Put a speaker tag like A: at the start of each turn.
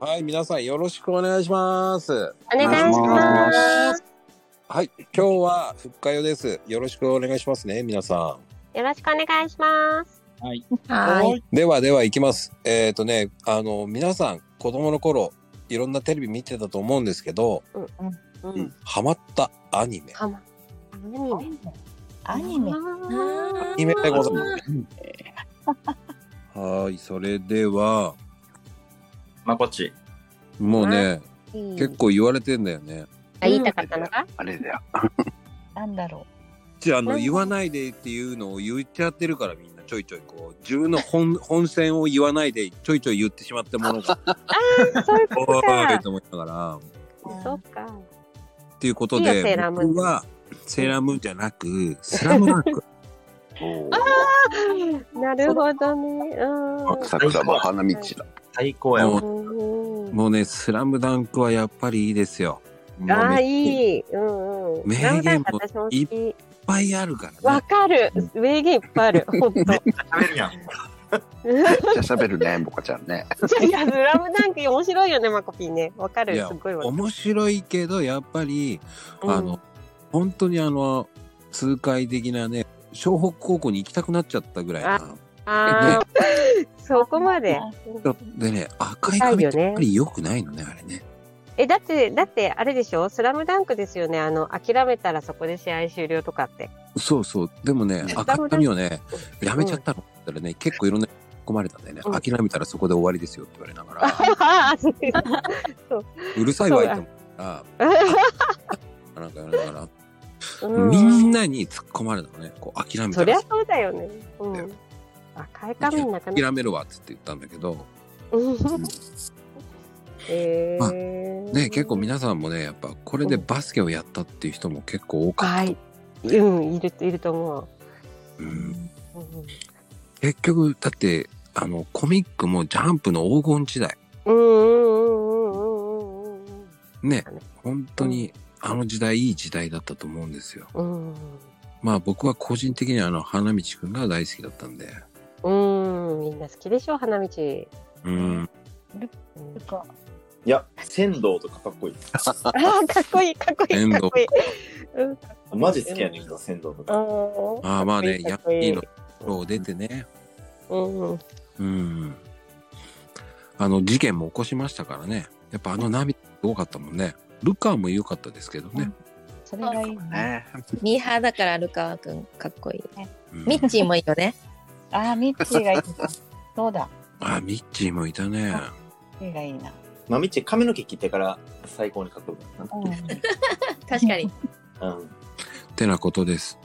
A: はい、皆さんよろしくお願いします。
B: お願いします。
A: はい、今日はふっかよです。よろしくお願いしますね、皆さ
B: よろしくお願いします。
C: はい。
D: はい。
A: ん。ではでは行きます。えっ、とね、あの皆さん子供の頃いろんなテレビ見てたと思うんですけど、
B: うん。
A: ハマったアニメ。
B: はま。アニメ。
D: アニメ。
B: ア
A: ニメでござい
B: ます。
A: はい、それでは
C: まこっち。
A: もうね、結構言われてんだよね。
B: あ言いたかったのが。
C: あれだよ。
D: なんだろ
A: じゃああの
B: うん
A: 言わないでっていうのを言っちゃってるからみんなちょいちょいこう自分の本本線を言わないでちょいちょい言ってしまった ものが
B: そういうこと
A: お
B: か
A: い。と思いながら。
D: う。
B: そうか。
A: っていうこと
B: いいよセ
A: で
B: ーラームーン
A: 僕はセーラームーンじゃなくスラムダンク
B: なるほどね。うん。
E: 浅草の花道だ。
C: 最高や
A: や
C: も
A: も
C: ん。
B: うん
A: もう ね「スラムダンクはやっぱりいいですよ。もうね
B: ああ
A: いっ
B: いい。うんうん。
A: 名言も
B: なんだか私も好き。
A: ぱいあるから
B: わ
A: ね。
B: かる。名言いっぱいある。本 当。
C: 喋るやん。
E: めっちゃ喋るね、ボカちゃんね。
B: いや、スラムダンク面白いよね、マコピーね。わかる。
A: い
B: す
A: や
B: ごいわかる。
A: 面白いけどやっぱり、
B: うん
A: あの本当にあの痛快的なね湘北高校に行きたくなっちゃったぐらいな。
B: あーそこまで。
A: でね赤い髪って
B: ないよね
A: やっぱり良くないのねあれね。
B: え、だって、だって、あれでしょスラムダンクですよね。あの、諦めたらそこで試合終了とかって。
A: そうそうでもね
B: ん
A: 赤い髪をねやめちゃったのって言ったらね結構いろんな込まれたんだよね、
B: うん
A: 諦めたらそこで終わりですよって言われながら。
B: ああ、そうです
A: うるさいわいと思った ら、なんかやりなが
B: う
A: ら、みんなに突っ込まれたのね、こう諦め
B: そ
A: た
B: りゃ
A: ら、
B: そうだよね。うん。赤い髪の中の。
A: 諦めるわっつって言ったんだけど、
B: うん え
A: まあ
B: ー。
A: ね、結構皆さんもね、やっぱこれでバスケをやったっていう人も結構多か
B: は
A: った
B: い。。うん、いる、いると思
A: うん
B: う。
A: 結局、だって、あの、コミックもジャンプの黄金時代、
B: うんうんうんうんうんうんうん
A: ね、本当にあの時代、いい時代だったと思うんですよ。
B: うん
A: まあ僕は個人的にあの、花道くんが大好きだったんで、
B: うん。うん、みんな好きでしょ、花道。
A: うん、
B: うん
D: か。
C: いや、仙道とかかっこいい。
B: ああ、かっこいい、かっこいい、かっこいい。うん
C: マジ好きやねんけど、仙道とか。
A: ああまあね、ヤ
B: か
A: ン
B: っ
A: キ
B: こいい
A: ーのを出てね、
B: うん、
A: うん。あの、事件も起こしましたからね。やっぱあの涙すごかったもんね。ルカも良かったですけどね。
D: それがいいね。
E: ね。
F: ミーハーだからルカワくんかっこいい。
A: うん
F: ミッチーもいいよね。
D: あー、ミッチーがいい。そうだ。
A: あ、ミッチーもいたね。
D: ミッチーがいいな。
C: まあ、みっち髪の毛切ってから最高にかっこよかっ
D: うん。
F: 確かに。
C: たな。うん。
A: ってなことです。